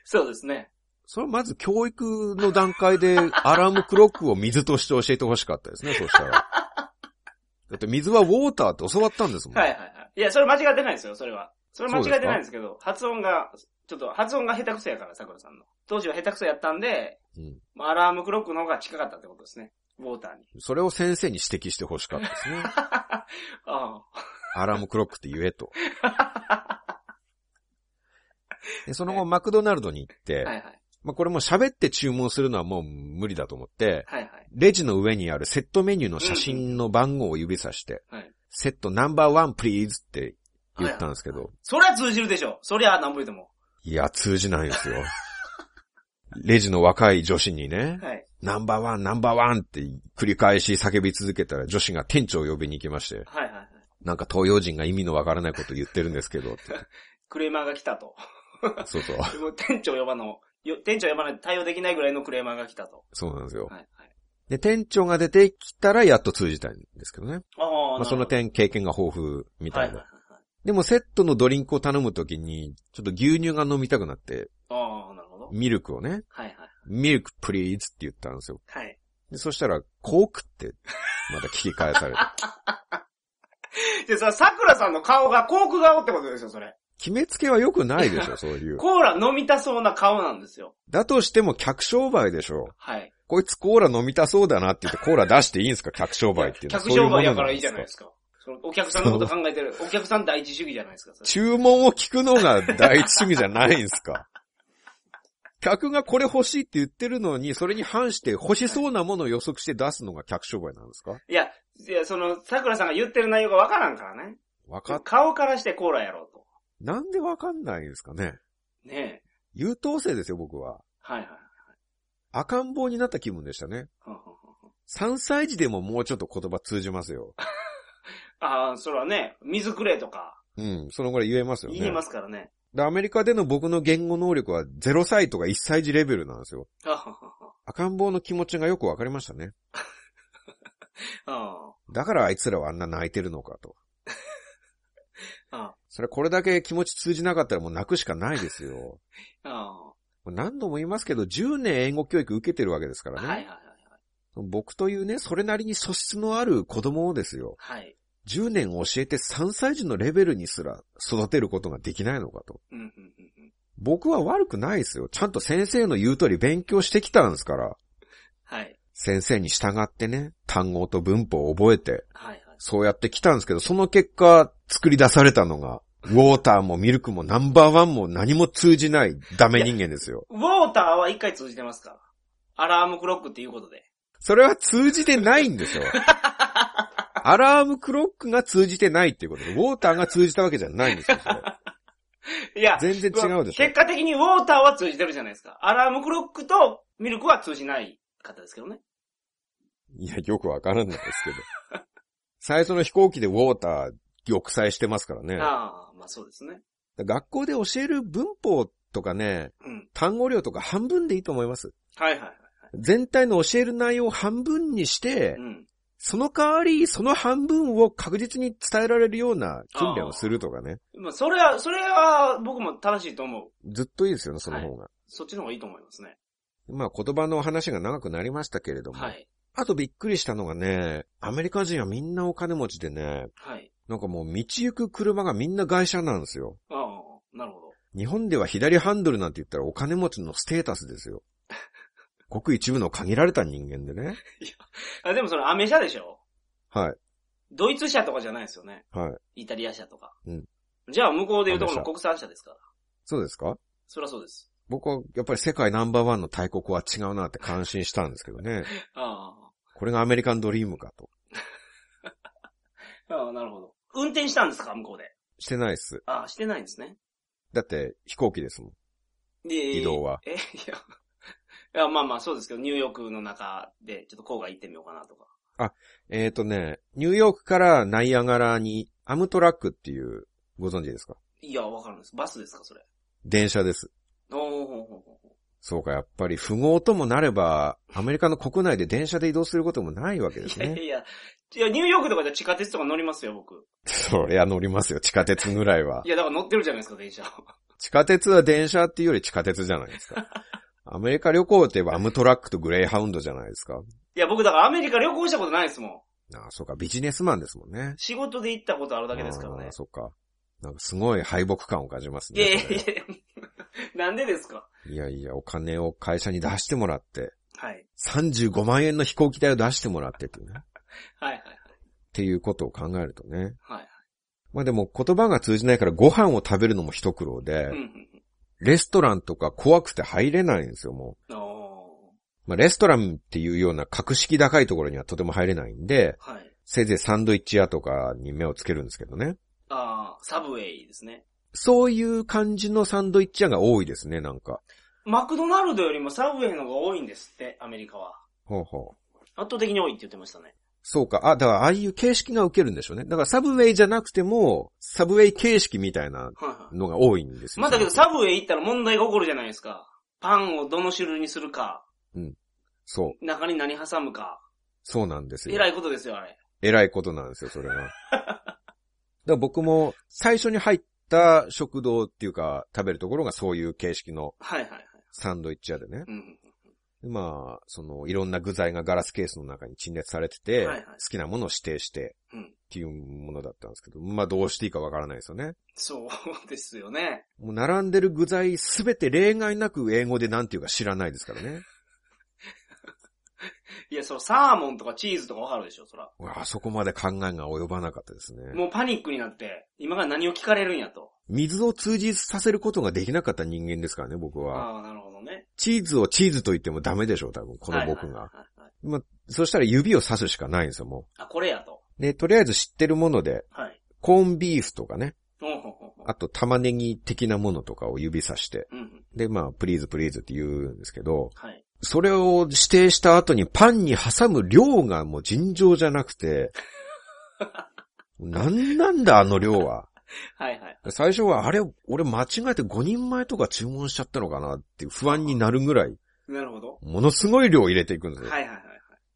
Speaker 1: そうですね。
Speaker 2: それまず教育の段階でアラームクロックを水として教えてほしかったですね、そしたら。だって水はウォーターって教わったんですもん。
Speaker 1: はいはいはい。いや、それ間違ってないですよ、それは。それ間違ってないんですけど、発音が、ちょっと発音が下手くそやから、桜さんの。当時は下手くそやったんで、
Speaker 2: うん
Speaker 1: まあアラームクロックの方が近かったってことですね。ウォーターに。
Speaker 2: それを先生に指摘してほしかったで すね。
Speaker 1: あ
Speaker 2: アラームクロックって言 えと。でその後、マクドナルドに行って、
Speaker 1: あ。はいはい。
Speaker 2: まあ、これも喋って注文するのはもう無理だと思って、
Speaker 1: はいはい。
Speaker 2: レジの上にあるセットメニューの写真の番号を指さして、
Speaker 1: はい
Speaker 2: セットナンバーワンプリーズって言ったんですけど、
Speaker 1: そりゃ通じるでしょ。そりゃなんぼ言うても。
Speaker 2: いや、通じないんですよ。レジの若い女子にね、
Speaker 1: はい。
Speaker 2: ナンバーワン、ナンバーワンって繰り返し叫び続けたら女子が店長を呼びに行きまして、
Speaker 1: はいはいはい。
Speaker 2: なんか東洋人が意味のわからないこと言ってるんですけど、って
Speaker 1: クレーマーが来たと。
Speaker 2: そうそう、
Speaker 1: もう店長呼ばの、よ店長呼ばないと対応できないぐらいのクレーマーが来たと。
Speaker 2: そうなんですよ。
Speaker 1: はいはい。
Speaker 2: で、店長が出てきたらやっと通じたんですけどね。
Speaker 1: ああ、
Speaker 2: まあ、その
Speaker 1: 店
Speaker 2: 点経験が豊富みた
Speaker 1: はいいはい
Speaker 2: な
Speaker 1: はい。。
Speaker 2: でもセットのドリンクを頼むときに、ちょっと牛乳が飲みたくなって、
Speaker 1: ああ、なるほど。
Speaker 2: ミルクをね、
Speaker 1: はいはい。
Speaker 2: ミルクプリーズって言ったんですよ。
Speaker 1: はい。
Speaker 2: でそしたら、コークって、また聞き返さ れて。
Speaker 1: で、さ、桜さんの顔がコーク顔ってことですよ、それ。
Speaker 2: 決めつけは良くないでしょ、そういう。
Speaker 1: コーラ飲みたそうな顔なんですよ。
Speaker 2: だとしても客商売でしょ。
Speaker 1: はい。
Speaker 2: こいつコーラ飲みたそうだなって言ってコーラ出していいんですか、客商売っていうのは。
Speaker 1: 客商売やからいいじ
Speaker 2: そ
Speaker 1: ゃ
Speaker 2: ううもの
Speaker 1: ないですか。そのお客さんのこと考えてる。お客さん第一主義じゃないですか、それ
Speaker 2: 注文を聞くのが第一主義じゃないんですか。 客がこれ欲しいって言ってるのに、それに反して欲しそうなものを予測して出すのが客商売なんですか
Speaker 1: いや、いや、その、桜さんが言ってる内容がわからんからね。
Speaker 2: わかっ、
Speaker 1: 顔からしてコーラやろうと。
Speaker 2: なんでわかんないんですかね
Speaker 1: ねえ。
Speaker 2: 優等生ですよ、僕は。
Speaker 1: はいはい。
Speaker 2: 赤ん坊になった気分でしたね。
Speaker 1: ほんほんほん
Speaker 2: 3歳児でももうちょっと言葉通じますよ。
Speaker 1: ああ、それはね、水くれとか、
Speaker 2: うん、そのぐらい言えますよね。
Speaker 1: 言いますからね。
Speaker 2: で、アメリカでの僕の言語能力は0歳とか1歳児レベルなんですよ。
Speaker 1: あははは
Speaker 2: 赤ん坊の気持ちがよくわかりましたね。
Speaker 1: あ
Speaker 2: だからあいつらはあんな泣いてるのかと。
Speaker 1: あ、あ
Speaker 2: それこれだけ気持ち通じなかったらもう泣くしかないですよ。
Speaker 1: あ、あ
Speaker 2: もう何度も言いますけど、10年英語教育受けてるわけですか
Speaker 1: あ、
Speaker 2: ら
Speaker 1: はい
Speaker 2: ね。
Speaker 1: はいはいはい。
Speaker 2: 僕というね、それなりに素質のある子供をですよ。
Speaker 1: はい。
Speaker 2: 10年教えて3歳児のレベルにすら育てることができないのかと。
Speaker 1: うんうんうんうん。
Speaker 2: 僕は悪くないですよ。ちゃんと先生の言う通り勉強してきたんですから。
Speaker 1: はい。
Speaker 2: 先生に従ってね、単語と文法を覚えて、
Speaker 1: はいはい。
Speaker 2: そうやってきたんですけど、その結果、作り出されたのが、ウォーターもミルクもナンバーワンも何も通じないダメ人間ですよ。
Speaker 1: ウォーターは一回通じてますから。アラームクロックっていうことで。
Speaker 2: それは通じてないんですよ。アラームクロックが通じてないっていうことで、ウォーターが通じたわけじゃないんですよ。それ
Speaker 1: いや、
Speaker 2: 全然違うでしょ
Speaker 1: 結。果的にウォーターは通じてるじゃないですか。アラームクロックとミルクは通じない方ですけどね。
Speaker 2: いや、よくわからないですけど。最初の飛行機でウォーター、玉砕してますからね。
Speaker 1: ああ、まあそうですね。
Speaker 2: 学校で教える文法とかね、
Speaker 1: うん。
Speaker 2: 単語量とか半分でいいと思います。
Speaker 1: はいはいはい。
Speaker 2: 全体の教える内容を半分にして
Speaker 1: う、ん。
Speaker 2: その代わり、その半分を確実に伝えられるような訓練をするとかね。
Speaker 1: まあそれは、それは僕も正しいと思う。
Speaker 2: ずっといいですよね、その方が。
Speaker 1: そっちの方がいいと思いますね。
Speaker 2: まあ言葉の話が長くなりましたけれども。
Speaker 1: はい。
Speaker 2: あとびっくりしたのがね、アメリカ人はみんなお金持ちでね、
Speaker 1: はい。
Speaker 2: なんかもう道行く車がみんな外車なんですよ。
Speaker 1: ああ、なるほど。
Speaker 2: 日本では左ハンドルなんて言ったらお金持ちのステータスです よ。ごく一部の限られた人間でね。
Speaker 1: あでもそれアメ車でしょ
Speaker 2: はい。
Speaker 1: ドイツ車とかじゃないですよね。
Speaker 2: はい。
Speaker 1: イタリア車とか。
Speaker 2: うん。
Speaker 1: じゃあ向こうで言うとこ
Speaker 2: ア
Speaker 1: の
Speaker 2: メ車
Speaker 1: 国産車ですから。
Speaker 2: そうですか
Speaker 1: そりゃそうです。
Speaker 2: 僕はやっぱり世界ナンバーワンの大国は違うなって感心したんですけどね。
Speaker 1: ああ。
Speaker 2: これがアメリカンドリームかと。
Speaker 1: ああ、なるほど。運転したんですか向こうで。
Speaker 2: してないっす。
Speaker 1: ああ、してないんですね。
Speaker 2: だって飛行機ですもん。
Speaker 1: で
Speaker 2: 移動は。
Speaker 1: え、いや。いや、まあまあそうですけど、ニューヨークの中で、ちょっと郊外行ってみようかなとか。
Speaker 2: えーとね、ニューヨークからナイアガラにアムトラックっていう、ご存知ですか
Speaker 1: いや、わかるんです。バスですか、それ。
Speaker 2: 電車です。
Speaker 1: おーほうほうほうほ
Speaker 2: そうか、やっぱり富豪ともなれば、アメリカの国内で電車で移動することもないわ
Speaker 1: う。
Speaker 2: けで
Speaker 1: い
Speaker 2: す
Speaker 1: やいや
Speaker 2: ね。
Speaker 1: いや。いや、ニューヨークとかで地下鉄とか乗りますよ、僕。
Speaker 2: そりゃ乗りますよ、地下鉄ぐらいは。
Speaker 1: いや、だから乗ってるじゃないですか、電車。
Speaker 2: 地下鉄は電車っていうより地下鉄じゃないですか。アメリカ旅行って言えばアムトラックとグレイハウンドじゃないですか。
Speaker 1: いや、僕だからアメリカ旅行したことないですもん。
Speaker 2: ああ、そうか、ビジネスマンですもんね。
Speaker 1: 仕事で行ったことあるだけですから
Speaker 2: あ
Speaker 1: ね
Speaker 2: あ、。そっか。なんかすごい敗北感を感じます
Speaker 1: い
Speaker 2: ね。
Speaker 1: やいや
Speaker 2: それ
Speaker 1: いや、 なんでですか
Speaker 2: いやいや、お金を会社に出してもらって、
Speaker 1: はい。
Speaker 2: 35万円の飛行機代を出してもらってっていうね。っ
Speaker 1: はいはい
Speaker 2: ていうことを考えるとね。
Speaker 1: はい。
Speaker 2: まあでも言葉が通じないからご飯を食べるのも一苦労で、
Speaker 1: はい。うん
Speaker 2: レストランとか怖くて入れないんですよ、も
Speaker 1: うん。お
Speaker 2: う。まあ、レストランっていうような格式高いところにはとても入れないんで、
Speaker 1: ー。はい。
Speaker 2: せいぜいサンドイッチ屋とかに目をつけるんですけどね。
Speaker 1: あー、サブウェイですね。
Speaker 2: そういう感じのサンドイッチ屋が多いですね、なんか。
Speaker 1: マクドナルドよりもサブウェイの方が多いんですって、アメリカは。
Speaker 2: ほうほう。
Speaker 1: 圧倒的に多いって言ってましたね。
Speaker 2: そうか。あ、だからああいう形式が受けるんでしょうね。だからサブウェイじゃなくても、サブウェイ形式みたいな
Speaker 1: はいはい。
Speaker 2: のが多いんですよ。
Speaker 1: まあだけどサブウェイ行ったら問題が起こるじゃないですか。パンをどの種類にするか、
Speaker 2: そう。
Speaker 1: 中に何挟むか。
Speaker 2: そうなんですよ
Speaker 1: え。らいことですよ、あれ。
Speaker 2: えらいことなんです よ、それが。だから僕も最初に入った食堂っていうか、食べるところがそういう形式の
Speaker 1: はいはいはい。
Speaker 2: サンドイッチ屋でね。
Speaker 1: うんうん。
Speaker 2: でまあ、その、いろんな具材がガラスケースの中に陳列されてて、
Speaker 1: はいはい
Speaker 2: 好きなものを指定して、
Speaker 1: うん
Speaker 2: っていうものだったんですけど、まあどうしていいかわからないですよね。
Speaker 1: そうですよね。
Speaker 2: もう並んでる具材すべて例外なく英語でなんていうか知らないですからね。
Speaker 1: いや、そのサーモンとかチーズとかわかるでしょ、そら。
Speaker 2: うわあそこまで考えが及ばなかったですね。
Speaker 1: もうパニックになって、今から何を聞かれるんやと。
Speaker 2: 水を通じさせることができなかった人間ですからね、僕は。
Speaker 1: ああ、なるほどね。
Speaker 2: チーズをチーズと言ってもダメでしょう、多分、この
Speaker 1: は
Speaker 2: 僕
Speaker 1: い
Speaker 2: が。
Speaker 1: はいはいはい
Speaker 2: そしたら指を刺すしかないんですよ、も
Speaker 1: あ、これやと。
Speaker 2: う。で、とりあえず知ってるもので、
Speaker 1: はい。
Speaker 2: コーンビーフとかね、
Speaker 1: ほうほうほうほう
Speaker 2: あと玉ねぎ的なものとかを指さして、
Speaker 1: うんうん。
Speaker 2: で、まあ、プリーズプリーズって言うんですけど、
Speaker 1: はい。
Speaker 2: それを指定した後にパンに挟む量がもう尋常じゃなくて、なんなんだ、あの量は。
Speaker 1: はいはい。
Speaker 2: 最初は、あれ、俺間違えて5人前とか注文しちゃったのかなっていう不安になるぐらい、
Speaker 1: なるほど。
Speaker 2: ものすごい量入れていくんですよ。
Speaker 1: はいはいはい。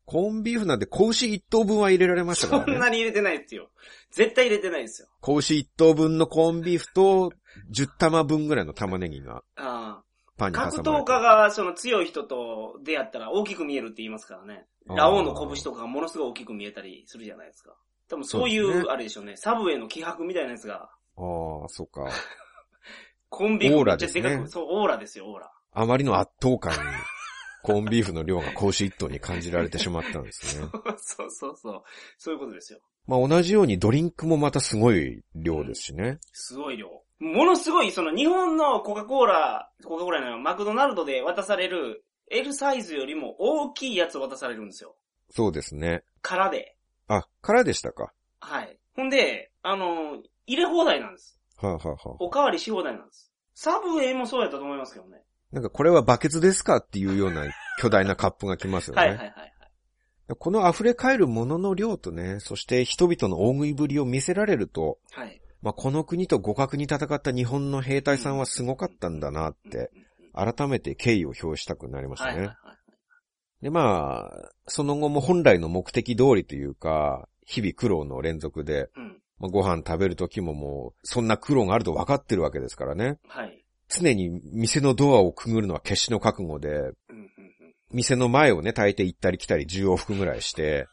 Speaker 2: コーンビーフなんて子牛一頭分は入れられました
Speaker 1: そ
Speaker 2: か
Speaker 1: ん
Speaker 2: らね。
Speaker 1: なに入れてないですよ。絶対入れてないですよ。
Speaker 2: 子牛一頭分のコーンビーフと10玉分ぐらいの玉ねぎが
Speaker 1: ああ。
Speaker 2: パンに挟まれ
Speaker 1: 格
Speaker 2: て
Speaker 1: 闘家が、その強い人と出会ったら大きく見えるって言いますからね。ラオウの拳とかがものすごい大きく見えたりするじゃないですか。多分そうい
Speaker 2: そうで
Speaker 1: う、
Speaker 2: すね
Speaker 1: あれでしょうね。サブウェイの気迫みたいなやつが、
Speaker 2: ああ、そうか。
Speaker 1: コンビーフ
Speaker 2: オー
Speaker 1: めっ
Speaker 2: ラ
Speaker 1: ちゃ
Speaker 2: で
Speaker 1: ですか
Speaker 2: ね
Speaker 1: く、そう、オーラですよ、オーラ。
Speaker 2: あまりの圧倒感に、コンビーフの量が格子一頭に感じられてしまったんですね。
Speaker 1: そうそうそう。そういうことですよ。
Speaker 2: まあ同じようにドリンクもまたすごい量ですしね。
Speaker 1: すごい量。ものすごい、その日本のコカ・コーラ、コカ・コーラのマクドナルドで渡される L サイズよりも大きいやつを渡されるんですよ。
Speaker 2: そうですね。
Speaker 1: 空で。
Speaker 2: あ、からでしたか。
Speaker 1: はい。ほんで、あの、入れ放題なんです。
Speaker 2: はあ、はあはあ、
Speaker 1: おかわりし放題なんです。サブウェイもそうやったと思いますけどね。
Speaker 2: なんかこれはバケツですかっていうような巨大なカップが来ますよね。
Speaker 1: はいはいはいはい。
Speaker 2: この溢れ返るものの量とね、そして人々の大食いぶりを見せられると、
Speaker 1: はい。
Speaker 2: まあ、この国と互角に戦った日本の兵隊さんはすごかったんだなって、
Speaker 1: うんうんうん
Speaker 2: 改めて敬意を表したくなりました
Speaker 1: はいはい
Speaker 2: ね
Speaker 1: は。
Speaker 2: で、まあ、その後も本来の目的通りというか、日々苦労の連続で、
Speaker 1: い。うん。
Speaker 2: まあ、ご飯食べる時ももう、そんな苦労があると分かってるわけですからね。
Speaker 1: はい。
Speaker 2: 常に店のドアをくぐるのは決死の覚悟で、
Speaker 1: うんうんうん
Speaker 2: 店の前をね、大抵行ったり来たり10往復ぐら いして、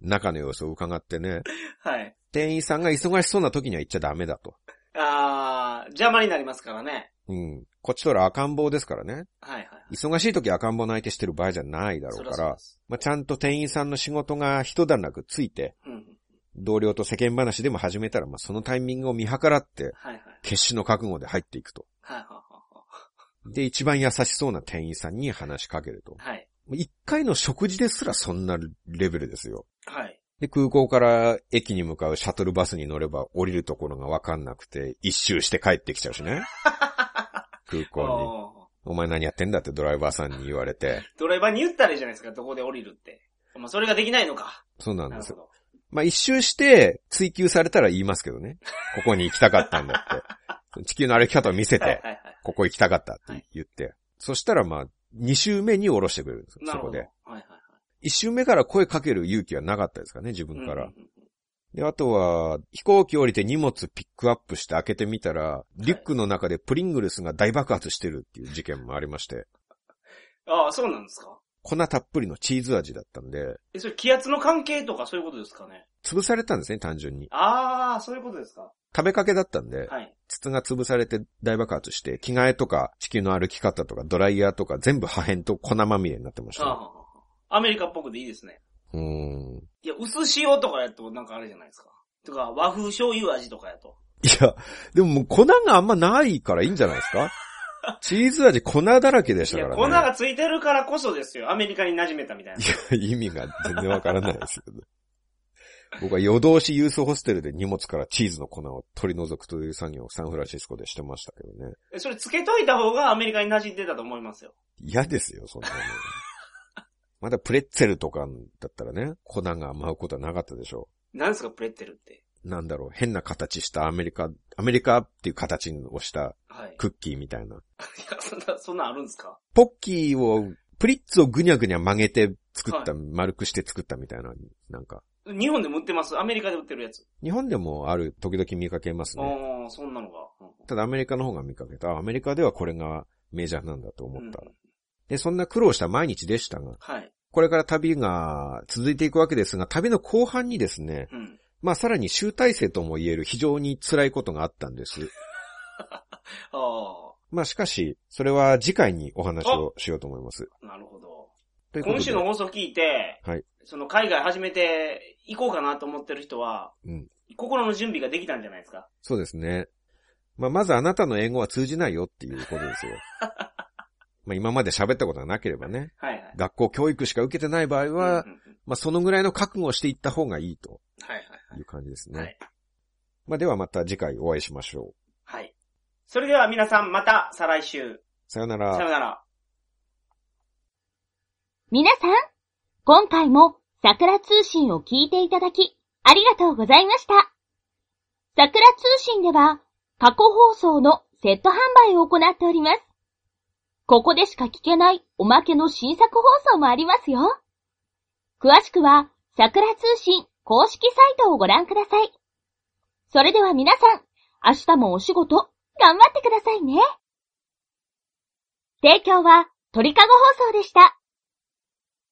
Speaker 2: 中の様子を伺ってね、
Speaker 1: はい。
Speaker 2: 店員さんが忙しそうな時には行っちゃダメだと。
Speaker 1: あー、邪魔になりますからね。
Speaker 2: うん。こっちとら赤ん坊ですからね。
Speaker 1: はいはいはい。
Speaker 2: 忙しい時赤ん坊の相手してる場合じゃないだろ
Speaker 1: そ
Speaker 2: うか
Speaker 1: りゃそう
Speaker 2: ら
Speaker 1: で、す
Speaker 2: まあ、ちゃんと店員さんの仕事が一段落ついて、
Speaker 1: うんうん。
Speaker 2: 同僚と世間話でも始めたら、まあ、そのタイミングを見計らって、
Speaker 1: はいはい。
Speaker 2: 決死の覚悟で入っていくと。
Speaker 1: はいはいは
Speaker 2: で、一番優しそうな店員さんに話しかけると。
Speaker 1: いはい。
Speaker 2: もう一回の食事ですらそんなレベルですよ。
Speaker 1: はい。はい。
Speaker 2: で、空港から駅に向かうシャトルバスに乗れば降りるところがわかんなくて、一周して帰ってきちゃう しね。空港に。
Speaker 1: おー
Speaker 2: お前何やってんだってドライバーさんに言われて。
Speaker 1: ドライバーに言ったらいいじゃないですか、どこで降りるって。まあ、それができないのか。
Speaker 2: そうなん
Speaker 1: な
Speaker 2: で
Speaker 1: る
Speaker 2: す
Speaker 1: ほ
Speaker 2: よ。
Speaker 1: ど。
Speaker 2: まあ、一周して追求されたら言いますけどね。ここに行きたかったん だって。地球の歩き方を見せ
Speaker 1: はいはい
Speaker 2: て、
Speaker 1: はい。
Speaker 2: ここ行きたかったって言って。そしたらまあ、二周目に降ろしてくれるんですよ。
Speaker 1: な
Speaker 2: そ
Speaker 1: る
Speaker 2: こ
Speaker 1: ほど。は
Speaker 2: で
Speaker 1: い。はいはい。
Speaker 2: 一周目から声かける勇気はなかったですかね、自分か
Speaker 1: う
Speaker 2: ら。
Speaker 1: んうんうん
Speaker 2: で、あとは、飛行機降りて荷物ピックアップして開けてみたら、リュックの中でプリングルスが大爆発してるっていう事件もありまして、
Speaker 1: ああ、そうなんですか
Speaker 2: 粉たっぷりのチーズ味だったんで、
Speaker 1: え、それ気圧の関係とかそういうことですかね
Speaker 2: 潰されたんですね、単純に。
Speaker 1: ああ、そういうことですか
Speaker 2: 食べかけだったんで、
Speaker 1: はい。
Speaker 2: 筒が潰されて大爆発して、着替えとか地球の歩き方とかドライヤーとか全部破片と粉まみれになってまし
Speaker 1: あ
Speaker 2: た。
Speaker 1: あ、アメリカっぽくでいいですね。
Speaker 2: うーん。
Speaker 1: いや、薄塩とかやとなんかあれじゃないですか。とか、和風醤油味とかやと。
Speaker 2: いや、でももう粉があんまないからいいんじゃないですかチーズ味粉だらけで
Speaker 1: い
Speaker 2: したか
Speaker 1: や、
Speaker 2: らね。
Speaker 1: 粉がついてるからこそですよ。アメリカに馴染めたみたいな。
Speaker 2: いや、意味が全然わからないですけど。僕は夜通しユースホステルで荷物からチーズの粉を取り除くという作業をサンフランシスコでしてましたけどね。
Speaker 1: えそれつけといた方がアメリカに馴染んでたと思いますよ。
Speaker 2: 嫌ですよ、そんなの。まだプレッツェルとかだったらね、粉が舞うことはなかったでしょ
Speaker 1: なんですか、プレッテルって。
Speaker 2: う。なんだろう、変な形したアメリカ、アメリカっていう形をした
Speaker 1: はい。い
Speaker 2: クッキーみたいな。
Speaker 1: や、そんな、そんなんあるんですか
Speaker 2: ポッキーを、プリッツをぐにゃぐにゃ曲げて作った、丸くして作ったみたいな、なんか。
Speaker 1: 日本でも売ってます。アメリカで売ってるやつ。
Speaker 2: 日本でもある、時々見かけますね。
Speaker 1: ああ、そんなのが。う
Speaker 2: ただアメリカの方が見かけた。あアメリカではこれがメジャーなんだと思
Speaker 1: ん
Speaker 2: った。
Speaker 1: うん
Speaker 2: で、そんな苦労した毎日でしたが、
Speaker 1: はい。
Speaker 2: これから旅が続いていくわけですが、旅の後半にですね、
Speaker 1: うん。
Speaker 2: まあさらに集大成とも言える非常に辛いことがあったんです。
Speaker 1: あ
Speaker 2: まあしかし、それは次回にお話をしようと思います。
Speaker 1: あ、なるほど。
Speaker 2: ということで
Speaker 1: 今週の放送聞いて、
Speaker 2: はい
Speaker 1: その海外始めて行こうかなと思ってる人は、
Speaker 2: うん
Speaker 1: 心の準備ができたんじゃないですか
Speaker 2: そうですね。まあまずあなたの英語は通じないよっていうことで すよ。まあ今まで喋ったことがなければね、
Speaker 1: はいはい。
Speaker 2: 学校教育しか受けてない場合は、
Speaker 1: うんうんうん
Speaker 2: まあそのぐらいの覚悟をしていった方がいいと
Speaker 1: はいはい
Speaker 2: い
Speaker 1: はいう
Speaker 2: 感じですね。
Speaker 1: はい
Speaker 2: まあ、ではまた次回お会いしましょう。
Speaker 1: はい。それでは皆さんまた再来週。
Speaker 2: さよなら。
Speaker 1: さよなら。
Speaker 3: 皆さん、今回も桜通信を聞いていただき、ありがとうございました。桜通信では、過去放送のセット販売を行っております。ここでしか聞けないおまけの新作放送もありますよ。詳しくは、桜通信公式サイトをご覧ください。それでは皆さん、明日もお仕事、頑張ってくださいね。提供は、鳥かご放送でした。